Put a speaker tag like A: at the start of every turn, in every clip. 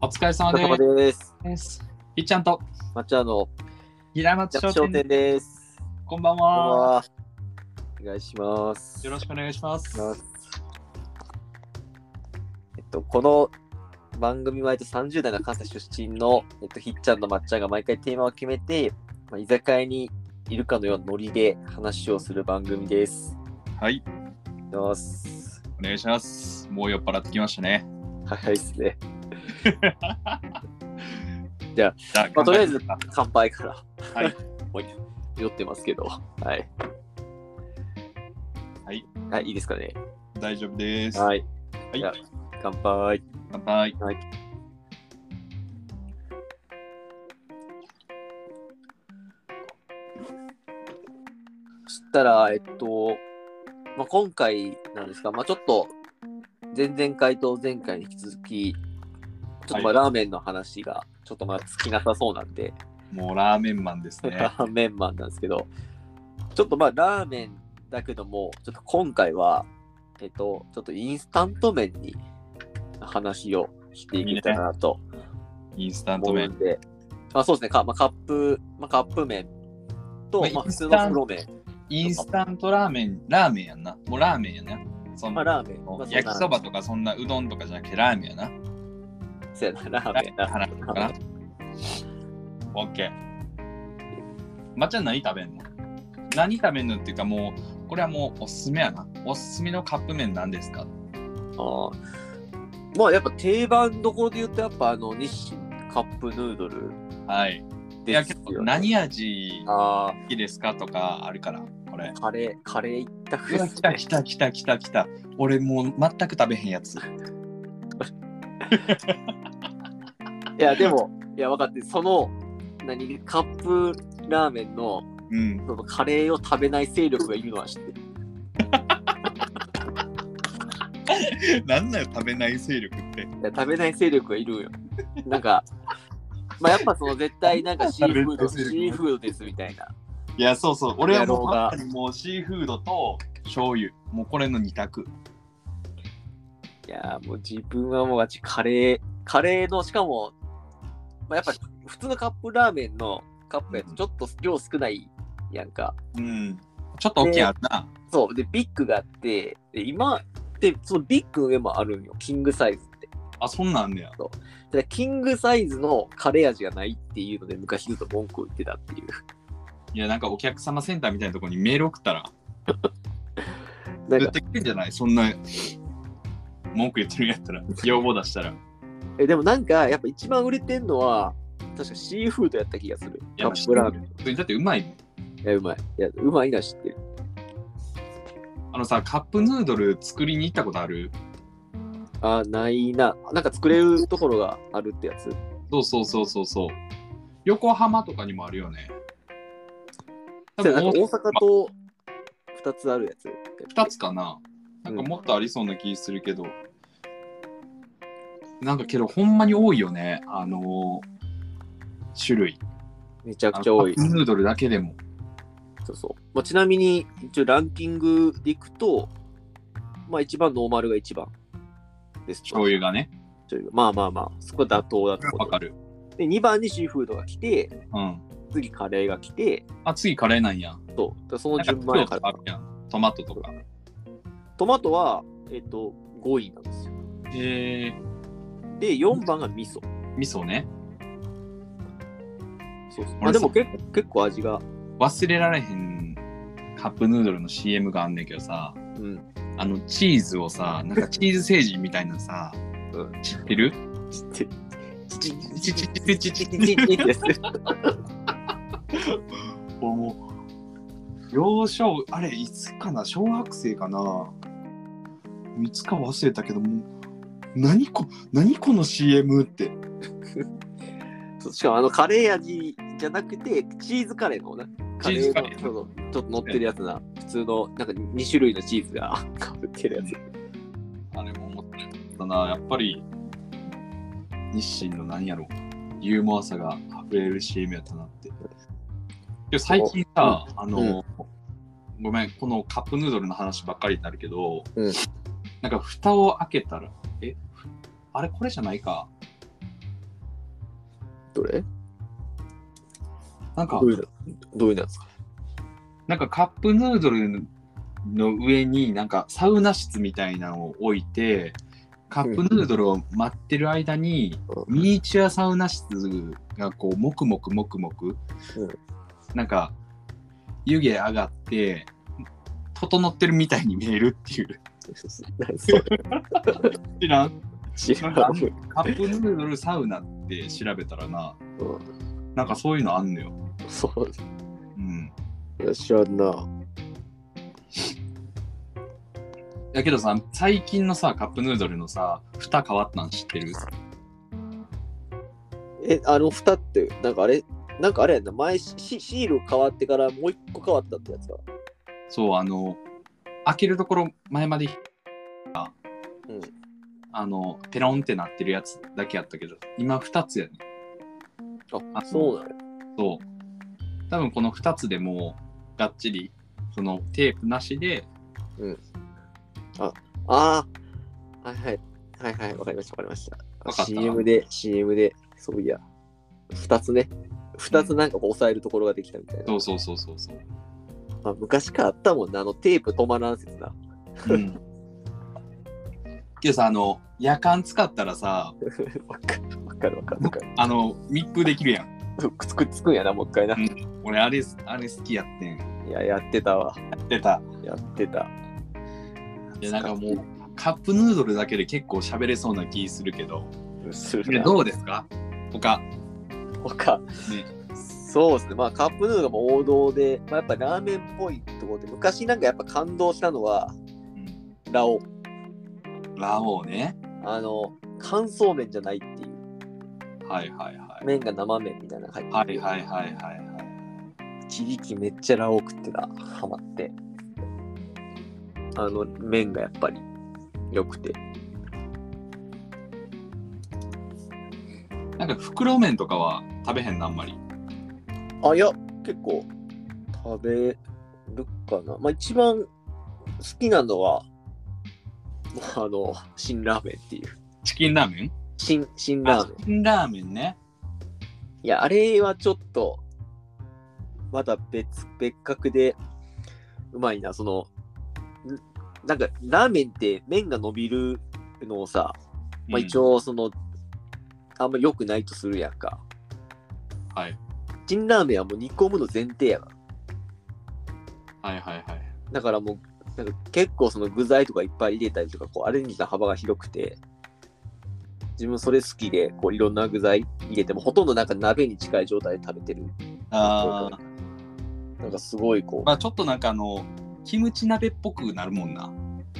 A: お疲れ
B: お
A: 様
B: 疲れ様
A: で
B: です。
A: す。いっちゃんと
B: 抹茶の
A: 平松商
B: 商
A: 店
B: 店です。
A: こんばん
B: こんばん
A: は。
B: はお願いします。
A: よろしくお願いします。
B: お願いしえっと、この番組毎年30代の関西出身の、えっと、ひっちゃんと抹茶が毎回テーマを決めて、まあ、居酒屋にいるかのようなノリで話をする番組です。
C: はい、
B: どうす
C: お願いします。もう酔っ払ってきましたね。
B: 早いですね。
C: じゃあ、
B: まあ、とりあえ
C: 乾
B: ず
C: 杯
B: 乾杯から。
C: はい。
B: もう酔ってますけど。はい。
C: はい。
B: はい、いいですかね。
C: 大丈夫です。
B: はい。
C: はい
B: じゃあ乾杯。
C: 乾杯。
B: そしたら、えっと、まあ、今回なんですが、まあ、ちょっと前々回と前回に引き続き、ちょっとまあ
C: はい
B: ラーメンの話がちょっとまあ尽きなさそうなんで、
C: もうラーメンマンです
B: ラ
C: ね。
B: ーメンマンなんですけど、ちょっとまあラーメンだけども、ちょっと今回は、えっと、ちょっとインスタント麺に話をしていけたらなと
C: インスタン
B: 思
C: ト
B: う
C: 麺。
B: んで、まあ、そうですね、かまあ、カップ、まあ、カップ麺と、
C: まあ
B: まあ、
C: イン
B: 普通
C: ス
B: の
C: タン
B: 袋麺、
C: インスタントラーメン、ラーメンやんな。もうラーメンやな。そん
B: まあ、
C: な
B: ラーメン、まあ、
C: 焼きそばとかそんなうどんとかじゃなくてラーメンやな。
B: そうやなラー
C: ラ
B: メ
C: ーメ
B: ン
C: ン
B: な。
C: 話そうかな。オッケー。まっちゃん何食べんの何食べんのっていうかもう、これはもうおすすめやな。おすすめのカップ麺なんですか
B: あーまあやっぱ定番どころで言うとやっぱあの日清カップヌードル
C: はい。い
B: で
C: や、
B: す
C: 結
B: よ、
C: 構
B: ね。
C: 何味
B: あ
C: 好きですかとかあるから、これ
B: あ。カレー、カレー一択
C: う
B: で
C: わ
B: す、
C: 来た
B: ね。
C: 来た来た来た来た。俺もう全く食べへんやつ。
B: いやでも、いや分かって、その何カップラーメンの
C: うん。
B: そのカレーを食べない勢力がいるのは知ってる。
C: なんだよ、食べない勢力って。
B: いや食べない勢力がいるんよ。なんか、まあやっぱその絶対なんかシーフード、
C: 食べな
B: シ
C: い勢力
B: ーフードですみたいな。
C: いや、そうそう。俺はも
B: 野郎
C: う
B: が
C: まさにもうシーフードと醤油。もうこれの二択。
B: いやーもう自分はもうガチカレー、カレーの、しかも、まあ、やっぱ普通のカップラーメンのカップやつ、ちょっと量少ないやんか。
C: うん。ちょっと大きいやつな。
B: そう、で、ビッグがあって、で今って、そのビッグの上もあるんよ、キングサイズって。
C: あ、そんなんあんねや。
B: でキングサイズのカレー味がないっていうので、昔ずっと文句を言ってたっていう。
C: いや、なんかお客様センターみたいなところにメール送ったら、
B: なん
C: 絶
B: か
C: 対来るんじゃないそんな文句言ってるんやった ら、要望出したら。い
B: えでもなんか、やっぱ一番売れてんのは、確かシーフードやった気がする。カ
C: や
B: ップラーメン。
C: 普通にだってうまいもん。
B: いや、うまい。いや、うまいのは知ってる。
C: あのさ、カップヌードル作りに行ったことある
B: あー、ないな。なんか作れるところがあるってやつ。
C: そうそうそうそうそう。横浜とかにもあるよね。多
B: そう
C: 分
B: やなんか大
C: 大
B: 阪と2つあるやつ。
C: 2つかな。なんかもっとありそうな気するけど。なんかけど、ほんまに多いよね。あのー種類。
B: めちゃくちゃ多い
C: あ。のカップヌードルだけでも。
B: そうそう。まあ、ちなみに、一応ランキングでいくと、まあ一番ノーマルが一番ですと。
C: 醤油がね。
B: 醤油まあまあまあ、そこは妥当だと思
C: わ
B: う
C: かる。
B: で、2番にシーフードが来て、
C: うん。
B: 次カレーが来て、
C: あ、次カレーなんや。
B: そう。だからそ
C: な
B: の
C: んか
B: 順番や
C: 黒
B: か
C: とかあ
B: ら
C: る。やん。トマトとか。
B: トマトは、えっ、と、5位なんですよ。
C: え
B: で、4番が味噌。
C: ー、味噌ね。
B: そうそう。
C: 俺
B: まあでも
C: そ
B: 結結構味が、
C: 忘れられへんカップヌードルの CM があんねんけどさ。
B: うん。
C: あのチーズをさ、なんかチーズ星人みたいなさ、
B: うん
C: 知ってる
B: ちっちゃいちっちゃ
C: ちちちちち
B: いちっちゃいです。
C: もう、幼少、あれ、いつかな小学生かないつか忘れたけど、もう、何こ、何この CM って。
B: そうしかもあのカレー味じゃなくてチーズカレーのなカ
C: チ
B: レ
C: ーズ
B: ーの
C: カレー
B: ちょっとちょっと乗ってるやつな普通のなんか2種類のチーズが かぶってるやつ
C: あれも思ったな、やっぱり、日清の何やろ、ユーモアさが溢れる CM やったなって。でも最近さ、あの、ごめん、このカップヌードルの話ばっかりになるけど、
B: うん
C: なんか蓋を開けたら、え、あれこれじゃないか。
B: どれ
C: なんか
B: どういうのどういうのやつか。
C: なんかカップヌードルの上になんかサウナ室みたいなのを置いてカップヌードルを待ってる間に
B: う
C: ミニチュアサウナ室がこうもくもくもくもく、
B: うん
C: なんか湯気上がって整ってるみたいに見えるっていう
B: 何それ
C: 知らん
B: 違う。
C: カップヌードルサウナって調べたらな
B: う
C: なんかそういうのあんのよ、
B: んそう
C: うん、
B: いや、知らんな。
C: だけどさ最近のさカップヌードルのさ蓋変わったん知ってる
B: え、あの蓋って、なんかあれ、なんかあれやんな、前シシシール変わってからもう一個変わったってやつか。
C: そう、あの、開けるところ前まで、
B: うん。
C: あの、ペロンってなってるやつだけやったけど、今2つやね。
B: あ、
C: あ
B: そうなの
C: そう。多分この2つでもう、がっちり、そのテープなしで、
B: ああ、はいはい。はいはい、わかりました、わかりました。
C: わかった
B: CM で、CM で、そういや、二つね。二つなんかこう押さえるところができたみたいな。
C: そうそうそうそうそう。
B: まあ、昔からあったもんな、あのテープ止まらん説な。
C: うん。 けどさ、あの、夜間使ったらさ、
B: わかるわかるわかるわかる。
C: あの、密封できるやん。
B: くっつくっつくんやな、もう一回な。
C: 俺、あれ、あれ好きやってん。
B: いや、やってたわ。
C: 出た。
B: やってた。
C: いや、なんかもう、カップヌードルだけで結構喋れそうな気するけど、
B: す
C: こ
B: る
C: れ
B: な
C: どうですか他。
B: 他、そうですね、まあカップヌードルも王道で、まあ、やっぱラーメンっぽいところで、昔なんかやっぱ感動したのは、
C: うん
B: ラオ。
C: ラオウね。
B: あの、乾燥麺じゃないっていう、
C: はいはいはい。
B: 麺が生麺みたいなのが入
C: は
B: って
C: い
B: る
C: はいはいはいはい。
B: 一時期めっちゃラオクってな、ハマって。あの、麺がやっぱり良くて。
C: なんか袋麺とかは食べへんなあんまり。
B: あ、いや、結構食べるかな。まあ一番好きなのは、あの、辛ラーメンっていう。
C: チキンラーメン
B: 辛、辛ラ
C: あ
B: ーメン。
C: チキンラーメンね。
B: いや、あれはちょっと、また別、別格で、うまいな、その、んなんか、ラーメンって麺が伸びるのをさ、まあ、一
C: 応。
B: 応、その、あんま良くないとするやんか。
C: はい。
B: チンラーメンはもう煮込むの前提やから。
C: はいはいはい。
B: だからもう、なんか結構その具材とかいっぱい入れたりとか、こうアレンジの幅が広くて、自分それ好きで、こういろんな具材入れても、ほとんどなんか鍋に近い状態で食べてる。
C: ああ。
B: なんかすごいこう、
C: まあちょっとなんかあの、キムチ鍋っぽくなるもんな。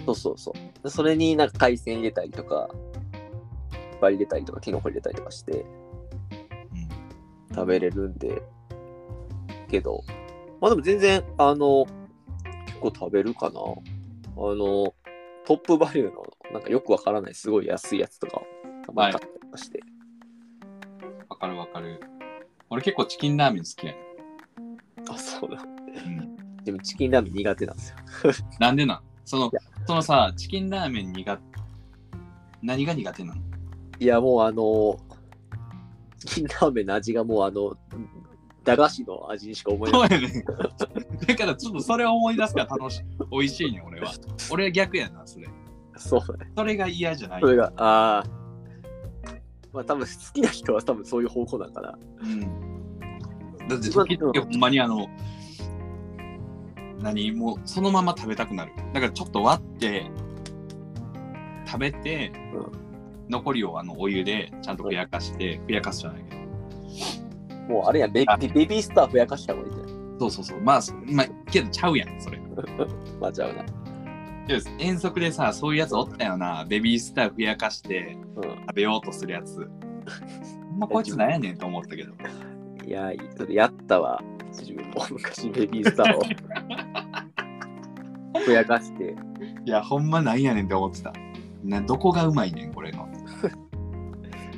B: そうそうそう。でそれになんか海鮮入れたりとか、いっぱい入れたりとか、キノコ入れたりとかして
C: うん。
B: 食べれるんで、けど、まあでも全然、あの、結構食べるかな。あの、トップバリューの、なんかよくわからない、すごい安いやつとか、たまに買ったりとかして。
C: わかるわかる。俺結構チキンラーメン好きやね
B: あ、そうだ。
C: ん。うん。
B: でもチキンラーメン苦手なんですよ。
C: なんでなんその、そのさ、チキンラーメン苦何が苦手なの
B: いや、もうあの、チキンラーメンの味がもうあの、駄菓子の味にしか思えない
C: そう。やねん。だからちょっとそれを思い出すから楽しい。美味しいね、俺は。俺は逆やな、それ。
B: そう
C: それが嫌じゃない
B: そ。れが、ああ。まあ多分好きな人は多分そういう方向なんかな。
C: だって時々ほんまにあの、何もうそのまま食べたくなる。だからちょっと割って、食べて、残りをあのお湯でちゃんとふやかして、ふやかすじゃないけど。
B: もうあれやん、ベ
C: あ
B: ベベビースターふやかした方がいいんじゃない
C: そうそうそう。まあ、そまあ、けどちゃうやん、それ。
B: まあじゃあな。
C: けど遠足でさ、そういうやつおったよな。ベビースターふやかして
B: う
C: 食べようとするやつ。ほんまこいつなんやねんと思ったけど。
B: ん。いや、それやったわ。自分も昔ベビースタ ーを。ふやかして。
C: いや、ほんまなんやねんって思ってた。などこがうまいねん、これの。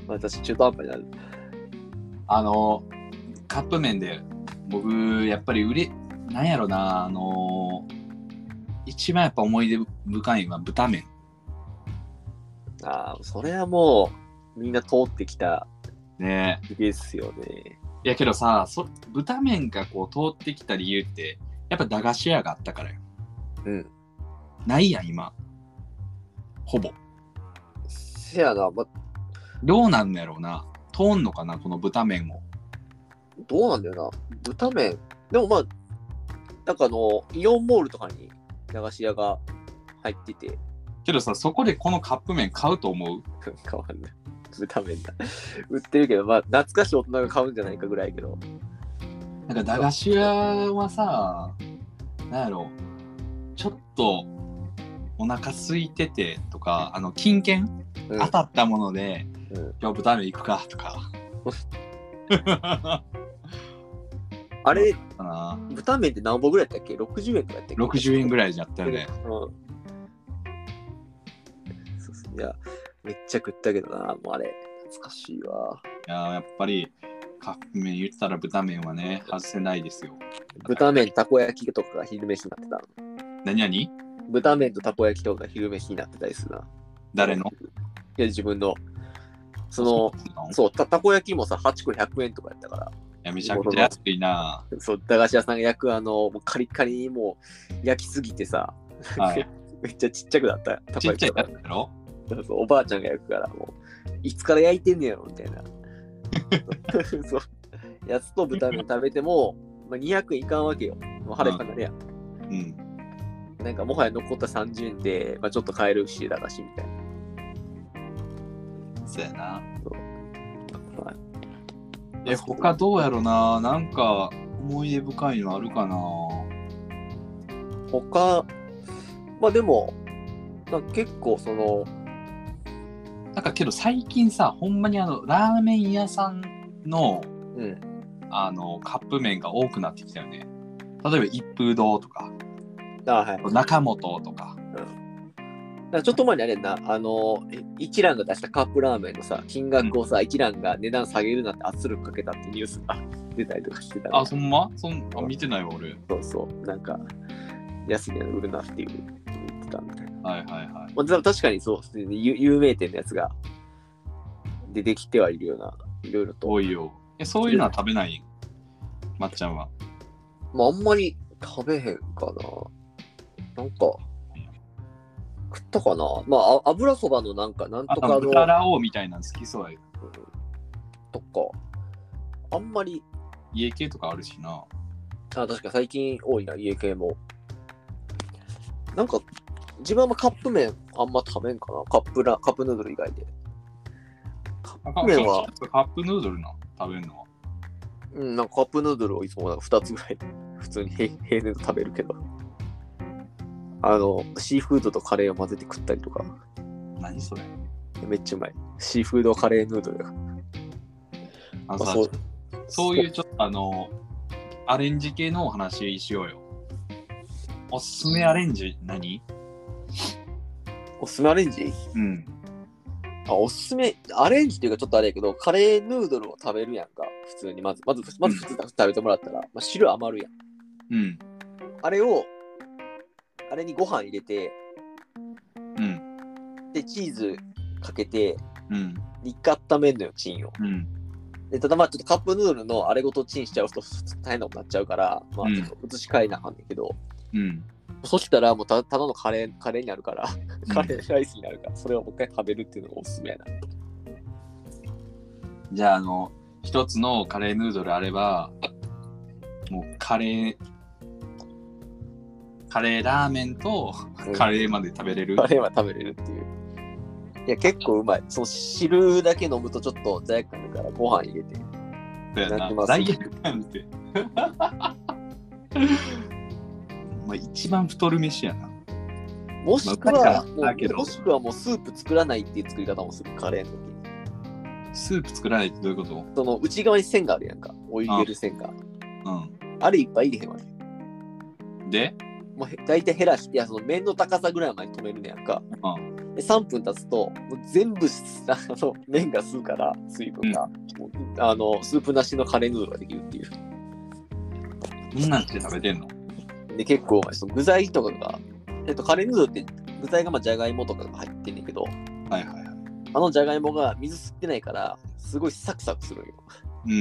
B: まあ私中途半端になる。
C: あのカップ麺で僕やっぱり売れなんやろなあの一番やっぱ思い出深いのは豚麺
B: ああ、それはもうみんな通ってきた
C: ね
B: すげえっすよね。
C: いやけどさそ豚麺がこう通ってきた理由ってやっぱ駄菓子屋があったからよ
B: うん。
C: ないやん今ほぼ
B: せやな、ま、
C: どうなんのやろうな通んのかなこの豚麺を
B: どうなんだよな。豚麺。でもまあ、なんかあの、イオンモールとかに駄菓子屋が入ってて、
C: けどさそこでこのカップ麺買うと思う
B: 変わんない。豚麺だ。売ってるけど、まあ、懐かしい大人が買うんじゃないかぐらいやけど。
C: なんか駄菓子屋はさなんやろうちょっとお腹空いててとかあの金券
B: うん
C: 当たったもので、
B: うん
C: 今日豚麺行くかと か。か
B: あれ、
C: な
B: 豚麺って何本ぐらいやったっけ ?60 円とかやったっけ
C: 60円ぐらいじゃったよ
B: うん。
C: ね。
B: そうそういや、めっちゃ食ったけどな、もうあれ、懐かしいわ。
C: いやーやっぱりカップ麺言ったら豚麺はね外せないですよ。
B: 豚麺、たこ焼きとかが昼飯になってた。
C: 何々
B: 豚麺とたこ焼きとかが昼飯になってたりするな。
C: 誰の
B: いや、自分の。その、そう、たたこ焼きもさ、8個100円とかやったから、
C: いやめちゃくちゃ安いな。
B: そう、駄菓子屋さんが焼く、あの、もうカリカリにもう焼きすぎてさ、
C: はい、
B: めっちゃちっちゃくなった。たこ
C: ちっ
B: 焼
C: ちゃ
B: き
C: い
B: と
C: や
B: か
C: つだろ
B: そうそうおばあちゃんが焼くから、もう、いつから焼いてんねやろ、みたい な。そう。やつと豚麺食べても、まあ、200円いかんわけよ。もう腹いっぱいになるやん。
C: うん。
B: なんかもはや残った30円で、まあ、ちょっと買えるし、駄菓子みたいな。
C: そうやな。
B: まあ
C: え、他どうやろななんか思い出深いのあるかな
B: 他、まあでも、まあ、結構その、
C: なんかけど最近さ、ほんまにあの、ラーメン屋さんの
B: うん、
C: あのカップ麺が多くなってきたよね。例えば一風堂とか、
B: あはい。
C: 中本とか。
B: だからちょっと前にあれやんな、あの、え一蘭が出したカップラーメンのさ、金額をさ、一蘭が値段下げるなんて圧力かけたってニュースが出たりとかしてたから
C: あ、そんまそんあ見てないわ、俺。
B: そうそう、なんか、安いの売るなっていう言ってたみたいな。
C: はいはいはい。
B: まあ、た確かにそう、普通に有有名店のやつが出てきてはいるような、いろいろと。
C: 多いよ。え、そういうのは食べないまっちゃんは。
B: まあ、あんまり食べへんかな。なんか、食ったかな。まあ、あ油そばのなんか、なん
C: あ
B: とか
C: と、
B: の
C: 豚ラオウみたいなの好きそうや。
B: とか、あんまり、
C: 家系とかあるしな。
B: あ、確か最近多いな、家系も。なんか、自分はあんまカップ麺あんま食べんかな。カップラ、カップヌードル以外で。
C: カ
B: ップ麺は
C: カップヌードルな、食べるのは。
B: うん、なんかカップヌードルをいつもなんか2つぐらい 普通に平平年と食べるけど。あの、シーフードとカレーを混ぜて食ったりとか、
C: 何それ
B: めっちゃうまい。シーフードカレーヌードル
C: あ
B: が。
C: の
B: まあ
C: さ
B: そう
C: そういうちょっとあの、アレンジ系のお話しようよ。おすすめアレンジ何
B: おすすめアレンジ
C: うん。
B: あ、おすすめ、アレンジっていうかちょっとあれやけど、カレーヌードルを食べるやんか、普通に。まず、まず、まず普通に食べてもらったら、まあ、汁余るやん。
C: うん。
B: あれを、あれにご飯入れて、
C: うん。
B: で、チーズかけて、
C: うん。
B: 一回温めんのよ、チンを。
C: うん。
B: でただまあちょっとカップヌードルのあれごとチンしちゃうと大変なことになっちゃうから、まあ
C: うん
B: ちょっと移し替えなあかんねんけど、
C: うん。
B: そしたらもうたただのカレー、カレーになるから、
C: ん
B: カレーライスになるから、それをもう一回食べるっていうのがおすすめやな。
C: じゃあ、あの、一つのカレーヌードルあれば、もうカレー、カレーラーメンとカレーまで食べれる。
B: カレーは食べれるっていう。いや、結構うまい。その汁だけ飲むとちょっと罪悪感あるから、ご飯入れて。
C: だよ
B: なっ
C: な。
B: てます
C: ダイエットなんて。 まあ一番太る飯やな。
B: もしく
C: まあ
B: は、
C: 確かに
B: も
C: だけ
B: う
C: ど
B: もしくはもうスープ作らないっていう作り方もする、カレーの時に。
C: スープ作らないってどういうこと
B: その内側に線があるやんか、お湯入れる線が。
C: う
B: あれいっぱい入れへんわけ。
C: ん。で、
B: もうへ大体減らして、いやその面の高さぐらいまで止めるねやんか。
C: うん。
B: で3分経つと、もう全部すあの麺が吸うから、水分が、もうあのスープなしのカレーヌードルができるっていう。
C: どんなんして食べてんの
B: で、結構、その具材とかが、えっと、カレーヌードルって具材がまあじゃがいもとかが入ってんねんけど、
C: はいはいはい。
B: あのじゃがいもが水吸ってないから、すごいサクサクするんよ。
C: うんう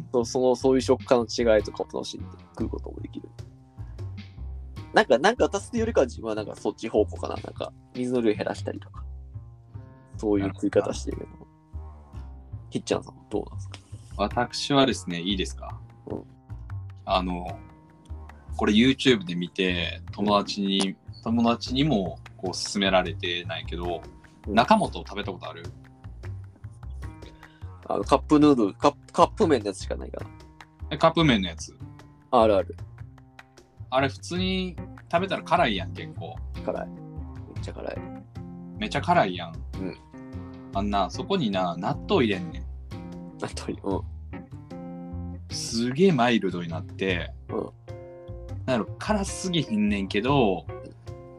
C: ん
B: そうそのそういう食感の違いとかを楽しんで食うこともできる。なんか、なんか私よりかは自分はなんかそっち方向かな。なんか、水の量減らしたりとか。そういう食い方してるけど。ひっちゃんさんはどうなんですか
C: 私はですね、いいですか
B: うん
C: あの、これ YouTube で見て、友達に、友達にもこう勧められてないけど、
B: うん
C: 中本を食べたことある
B: あのカップヌードル、カップカップ麺のやつしかないから。
C: えカップ麺のやつ。
B: あるある。
C: あれ普通に食べたら辛いやん、結構。
B: 辛い。めっちゃ辛い。
C: めちゃ辛いやん。
B: うん
C: あんな、そこにな、納豆入れんね
B: あと、うん。
C: ん。すげえマイルドになって、
B: うん
C: なんやろ、辛すぎひんねんけど、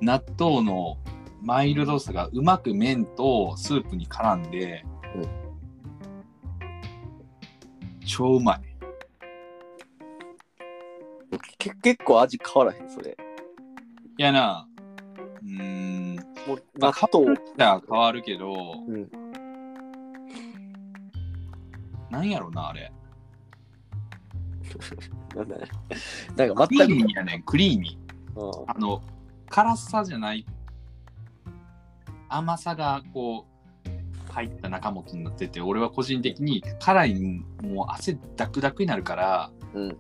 C: 納豆のマイルドさがうまく麺とスープに絡んで、
B: うん
C: 超うまい。
B: け結構味変わらへん、それ。
C: いやな、うーん、
B: もう、
C: まあ、
B: 納
C: カッ
B: 豆、
C: プじゃ変わるけど、
B: うん
C: なんやろな、あれ。
B: なんだね。なんか
C: クリ
B: 全く、
C: ーミーやねん、クリーミー。
B: うん
C: あの辛さじゃない甘さがこう入った中本になってて俺は個人的に辛いんもう汗ダクダクになるから、
B: うん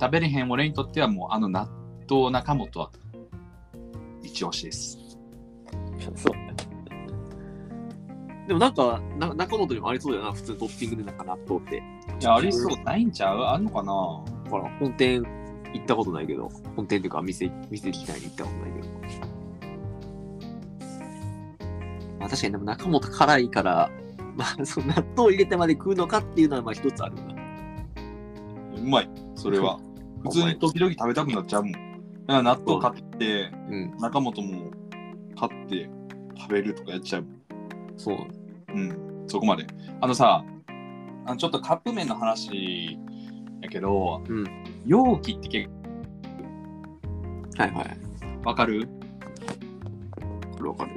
C: 食べれへん俺にとってはもうあの納豆中本は一押しです
B: そう。でもなんか、な中本にもありそうだよな、普通にトッピングでなんか納豆って。
C: いやありそうないんちゃうあんのかな
D: ほら、本店行ったことないけど、本店というか店、店自体に行ったことないけど。まあ確かにでも中本辛いから、まあ その納豆入れてまで食うのかっていうのはまあ一つあるな。
C: うまいそれ は普通に時々食べたくなっちゃうもんだから納豆買って
D: うん、
C: 中本も買って食べるとかやっちゃう
D: そう。
C: うん、そこまで。あのさ、あのちょっとカップ麺の話やけど、
D: うん
C: 容器って結
D: はいはい。
C: 構わかる
D: これわかる。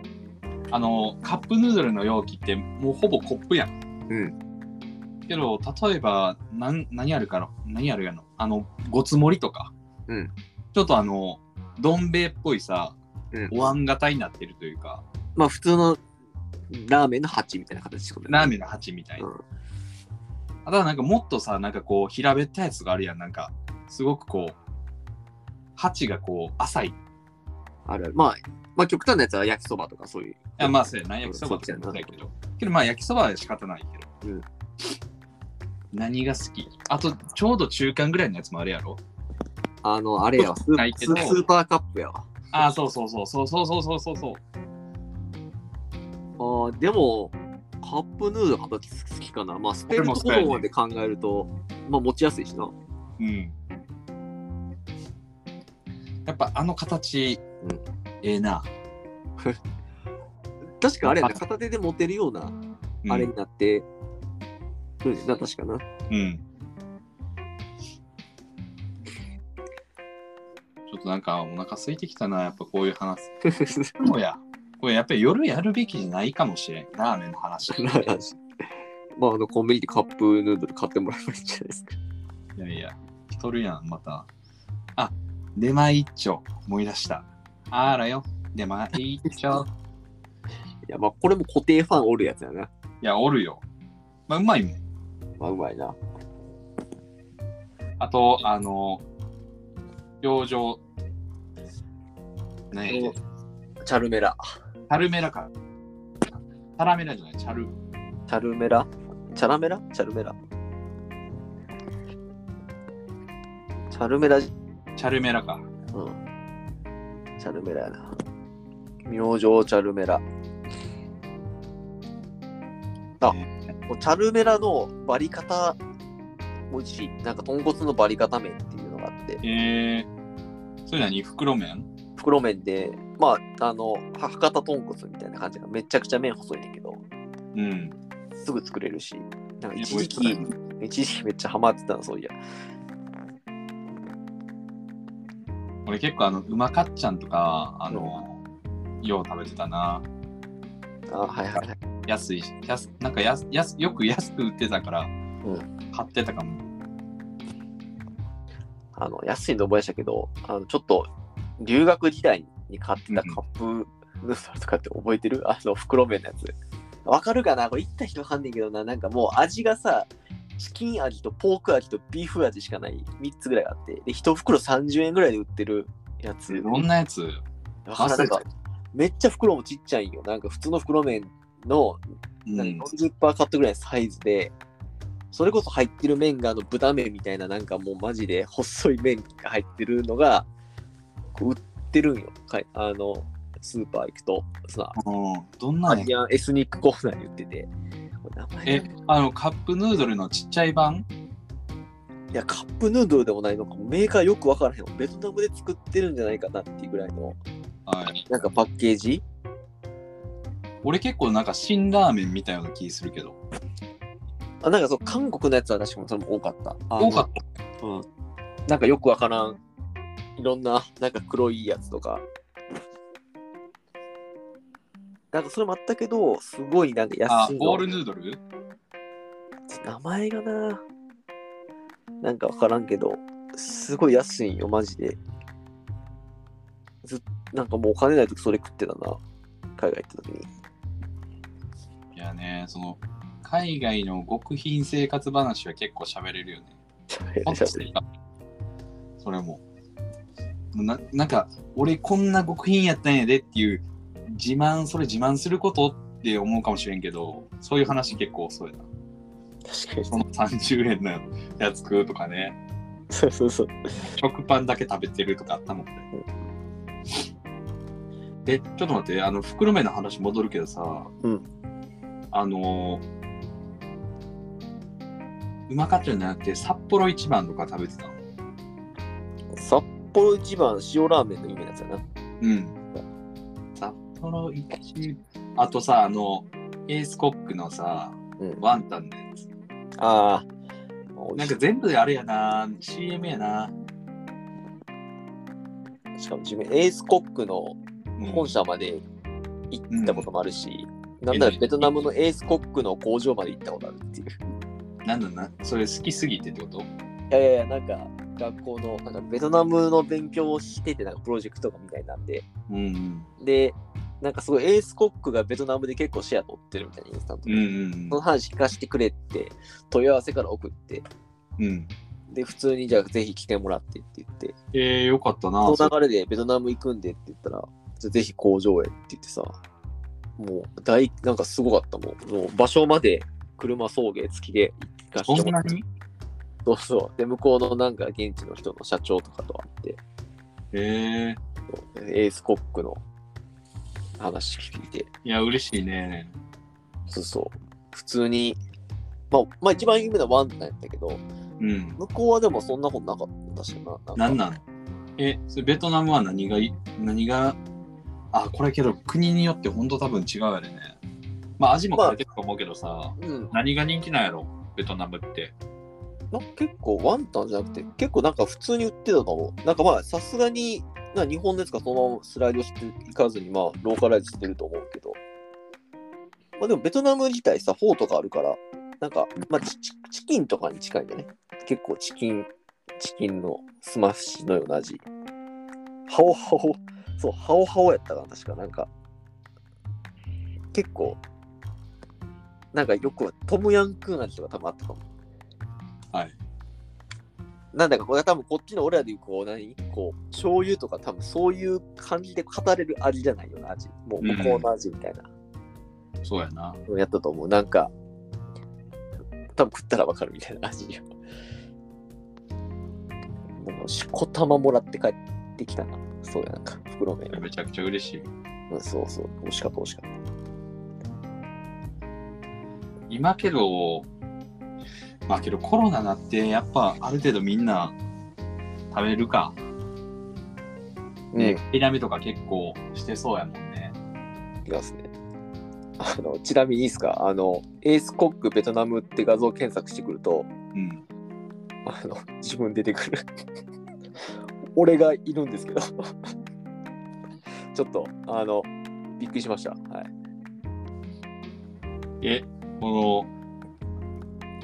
C: あの、カップヌードルの容器ってもうほぼコップやん。
D: うん。
C: けど、例えば、なん何あるから、何あるやのあの、ごつ盛りとか。
D: うん
C: ちょっとあの、どん兵衛っぽいさ、
D: うん
C: お椀型になってるというか、
D: まあ普通のラーメンの鉢みたいな形ってことだ
C: ラ
D: よね
C: ーメンの鉢みたいな。
D: うん
C: あとはなんかもっとさ、なんかこう、平べったいやつがあるやん。なんか、すごくこう、鉢がこう、浅い。
D: あるある。まあ、まあ極端なやつは焼きそばとかそういう。
C: いや、まあ、そうやな、焼きそばってことだけど。けど、まあ、焼きそばは仕方ないけど。
D: うん
C: 何が好きあと、ちょうど中間ぐらいのやつもあれやろ
D: あの、あれやわ。スー
C: ないけ
D: ス
C: ど
D: ースーパーカップやわ。
C: ああ、そうそうそうそうそうそうそうそうそう。
D: あーでも、カップヌードルの形好きかな。まあ、スペルところまで考えると、まあ、持ちやすいしな。
C: うん。やっぱあの形、
D: うん
C: ええな。
D: 確かあれやな、
C: あ
D: 片手で持てるような、
C: うん
D: あれになって、そうですな、 確かな。
C: うん。ちょっとなんかお腹空いてきたな、やっぱこういう話。そうや。これやっぱり夜やるべきじゃないかもしれん。ラーメンの話。
D: まあ、あの、コンビニでカップヌードル買ってもらえばいいんじゃないですか。
C: いやいや、来とるやん、また。あ、出前一丁、思い出した。あらよ、出前一丁。
D: いや、まあ、これも固定ファンおるやつやな。
C: いや、おるよ。まあ、うまいもん。
D: まあ、うまいな。。
C: あと、あの、養生、ねえ、
B: チャルメラ。
C: チャルメラか。チャラメラじゃない、チャル。
B: チャルメラチャラメラチャルメラ。チャルメラ、うん。
C: チャルメラか。
B: チャルメラやな。明星チャルメラ。あもうチャルメラのバリ方、美味しい。なんか豚骨のバリ方麺っていうのがあって。
C: えー、それ何袋麺
B: 袋麺で、まあ、あの、は博多豚骨みたいな感じがめちゃくちゃ麺細いねんだけど、
C: うん。
B: すぐ作れるし、なんか
C: え
B: 一
C: 美
B: 時
C: 味し
B: 期、一時期めっちゃハマってたの、そういや。
C: 俺結構あの、うまかっちゃんとか、あの、よう食べてたな。
B: あはいはいはい。
C: 安いし、安なんか安安よく安く売ってたから、買ってたかも。
B: あの、安いの覚えましたけど、あの、ちょっと、留学時代に買ってたカップヌードルとかって覚えてる、 あの、袋麺のやつ。わかるかなこれ言った人わかんねんけどな、なんかもう味がさ、チキン味とポーク味とビーフ味しかない3つぐらいあって、で、1袋30円ぐらいで売ってるやつ。
C: どんなやつ
B: わからんなんか、めっちゃ袋もちっちゃいんよ。なんか普通の袋麺の
C: う
B: なん
C: ん
B: か、40%カットぐらいのサイズで、それこそ入ってる麺があの豚麺みたいな、なんかもうマジで細い麺が入ってるのが、こう売ってるんよ。かいあの、スーパー行くと、さ、
C: うんどんな
B: ア
C: やつ
B: ジアンエスニックコーナーに売ってて、これ名前
C: え、あの、カップヌードルのちっちゃい版
B: いや、カップヌードルでもないのか、メーカーよくわからへんわ。ベトナムで作ってるんじゃないかなっていうぐらいの、
C: はい。
B: なんかパッケージ
C: 俺結構なんか辛ラーメンみたいな気するけど。
B: あ、なんかそう、韓国のやつは確かにそれも多かった。
C: 多かった
D: うん。
B: なんかよくわからん、いろんな、なんか黒いやつとか。なんかそれもあったけど、すごいなんか
C: あ
B: 安い、の。
C: ボールヌードル
B: 名前がな、なんかわからんけど、すごい安いんよ、マジで。ずっなんかもうお金ないときそれ食ってたな、海外行ったときに。
C: いやね、その、海外の極貧生活話は結構喋れるよね。ほんとしてたそれも。ななんか、俺こんな極貧やったんやでっていう、自慢、それ自慢することって思うかもしれんけど、そういう話結構そうやな。
B: 確かに。
C: その30円のやつ食うとかね、
B: そうそうそう。
C: 食パンだけ食べてるとかあったもんね。え、ちょっと待って、あの、袋麺の話戻るけどさ、
B: うん
C: あのーうまかったんじゃなくて、札幌一番とか食べてたの。
B: 札幌一番塩ラーメンの有名なやつやな。
C: うん。札幌一あとさ、あの、エースコックのさ、
B: うん。
C: ワンタンのやつ。
B: ああ。
C: なんか全部であれやな、CM やな。
B: しかも自分、エースコックの
C: うん
B: 本社まで行ったこともあるし、なんならベトナムのエースコックの工場まで行ったことあるっていう。
C: なんだな、それ好きすぎてってこと
B: いやいやいや、なんか学校の、なんかベトナムの勉強をしてて、なんかプロジェクトがみたいなんで、
C: うん
B: で、なんかすごいエースコックがベトナムで結構シェア取ってるみたいなインスタント
C: うん。う
B: で、
C: ん
B: その話聞かせてくれって問い合わせから送って、
C: うん。うん。
B: で、普通にじゃあぜひ来てもらってって言って、
C: えー、よかったな。
B: その流れでベトナム行くんでって言ったら、じゃあぜひ工場へって言ってさ、もう大、なんかすごかったもん。もう場所まで車送迎付きで行かせ
C: そ
B: て
C: ん
B: も
C: な
B: らって。
C: に
B: そうそう。で、向こうのなんか現地の人の社長とかと会って、
C: えー、
B: そうエースコックの話聞いて、
C: いや、嬉しいね。
B: そうそう。普通に、まあ、まあ一番有名なワンタンやったけど、
C: うん。
B: 向こうはでもそんなことなかったしな。か
C: なんなのえ、それベトナムは何がい、何が、あ、これけど国によって本当多分違うよね。まあ味も変えてると思うけどさ、
B: うん。
C: 何が人気なんやろベトナムって。
B: なんか結構ワンタンじゃなくて、結構なんか普通に売ってたかも。なんかまあさすがに、な日本のやつかそのままスライドしていかずに、まあローカライズしてると思うけど。まあでもベトナム自体さ、フォーとかあるから、なんか、まあチチチキンとかに近いんだね。結構チキン、チキンのスマッシュのような味。ハオハオ、そう、ハオハオやったかな、確かなんか。結構、なんかよくトムヤンクン味とか多分あったかも。
C: はい。
B: なんだかこれは多分こっちの俺らでいうこう何こう醤油とか多分そういう感じで語れる味じゃないよな味もう
C: うん
B: 向こうの味みたいな
C: そうやな。
B: のやったと思う、なんか多分食ったらわかるみたいな味よもうしこたまもらって帰ってきたなそうやなんか袋麺、
C: めちゃくちゃ嬉しい。
B: うん、そうそう美味しかった美味しかっ
C: 今けど、まあけどコロナなって、やっぱある程度みんな食べるか。
B: た
C: ね、ピラミとか結構してそうやもんね。
B: いきますねあのちなみにいいですかあのエースコックベトナムって画像検索してくると
C: うん。
B: あの、自分出てくる。 俺がいるんですけど。 ちょっと、あの、びっくりしました。はい。
C: え、こ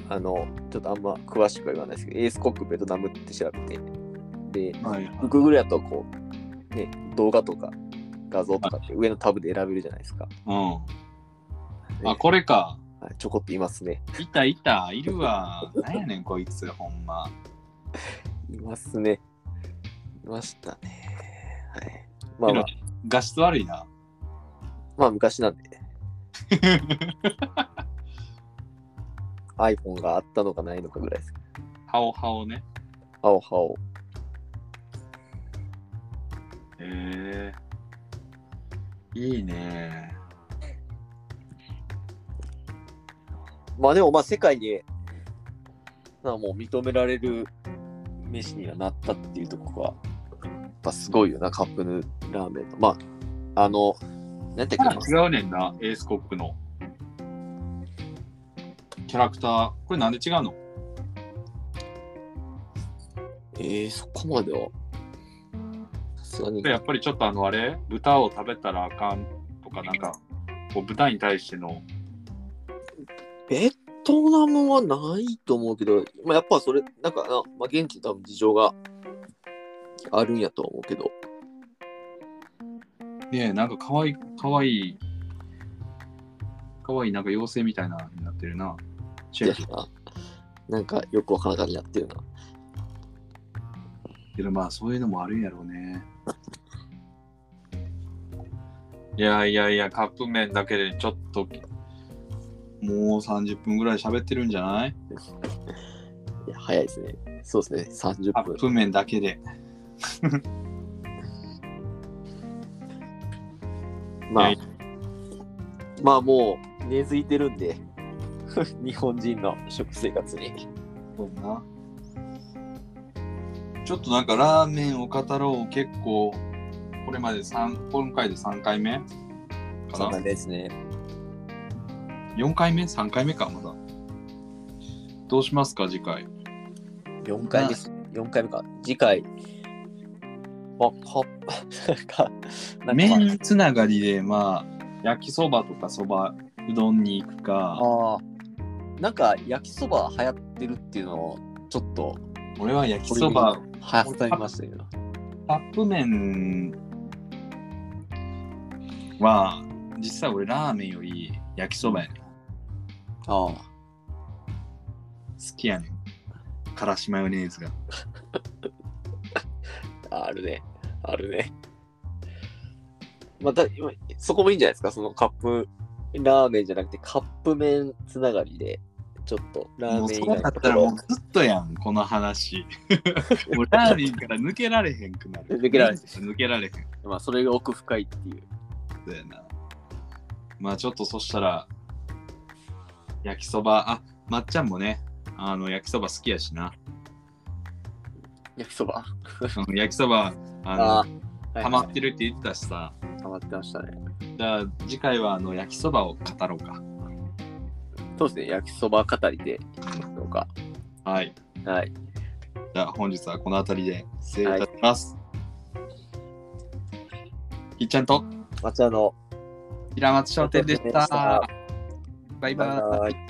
B: あの、ちょっとあんま詳しくは言わないですけど、エースコックベトナムって調べて、で、
C: の、はい、
B: Google だとこう、ね、動画とか画像とかって上のタブで選べるじゃないですか。
C: うん。
B: ね
C: あ、これか。
B: はいちょこっといますね。
C: いたいた、いるわ。なんやねん、こいつ、ほんま。
B: いますね。いましたね。はい。まあまあ、
C: 画質悪いな。
B: まあ昔なんで。iPhone があったのかないのかぐらいです。
C: ハオハオね。
B: 青青。
C: へえ。いいね。
B: まあでもまあ世界で、まあもう認められる飯にはなったっていうとこは、やっぱすごいよな、カップヌーラーメンの。まあ、あの、なんていうか、
C: 違うねんな、エースコックの。キャラクター、これなんで違うの
B: ええそこまでは。さすがに。
C: やっぱりちょっとあの、あれ豚を食べたらあかんとか、なんか、こう豚に対しての、
B: ベトナムはないと思うけど、まあ、やっぱそれ、なんかな、まあ、現地多分事情があるんやと思うけど、
C: ねえ、なんかかわいい、かわいい、かわいい、なんか妖精みたいなになってるな。チェ
B: や
C: ーン
B: ななんかよくわからなかったやってるな。
C: けど、まあ、そういうのもあるんやろうね。いやいやいや、カップ麺だけでちょっと、もう30分ぐらい喋ってるんじゃない
B: いや、早いですね。そうですね、
C: カ
B: 30
C: ッ
B: 分。
C: プ麺だけで。
B: まあ
C: いや、
B: まあもう根付いてるんで、 日本人の食生活に。
C: そうな。ちょっとなんかラーメンを語ろう結構これまで三今回で3回目
B: そ
C: か
B: ん
C: な
B: なですね。
C: ?4 回目 ?3 回目かまだ。どうしますか次回。
B: 4回ですね。4回目か。次回。あ、は、なんか、なんかまあ
C: 麺つながりでまあ焼きそばとかそばうどんに行くか
B: ああ。なんか焼きそば流行ってるっていうのをちょっと
C: 俺は焼きそば
B: 流行ってみましたけど。
C: カップ麺は実際俺ラーメンより焼きそばやねん。好
B: ああ。
C: きやねん。からしマヨネーズが。
B: ああるね。あるね。また、今そこもいいんじゃないですか、そのカップ、ラーメンじゃなくてカップ麺つながりで、ちょっとラ
C: もう
B: ーメン以
C: そうだ
B: 外の
C: っ
B: と
C: た
B: こ
C: ら
B: ろ
C: もうずっとやん、この 話。もうラーメンから抜けられへんくなる。
B: 抜けられへん
C: 抜けられへんく
B: まあ、それが奥深いっていう。
C: なるな。まあちょっとそしたら、焼きそば、あ、まっちゃんもね、あの焼きそば好きやしな。
B: 焼きそば。
C: あの焼きそば、あの、
B: ああ。
C: ハマっ
B: は
C: てるって言ってたしさ。
B: い、ハマってましたね。
C: じゃあ次回はあの焼きそばを語ろうか。
B: そうですね、焼きそば語りでいきましょうか。
C: はい。
B: はい。
C: じゃあ本日はこの辺りで失礼いたします。ひっちゃんと
B: まあちらの、
C: 平松商店でした。
B: ありがとうご
C: バ
B: ざいま
C: イバ
B: バイ
C: イ
B: バイ。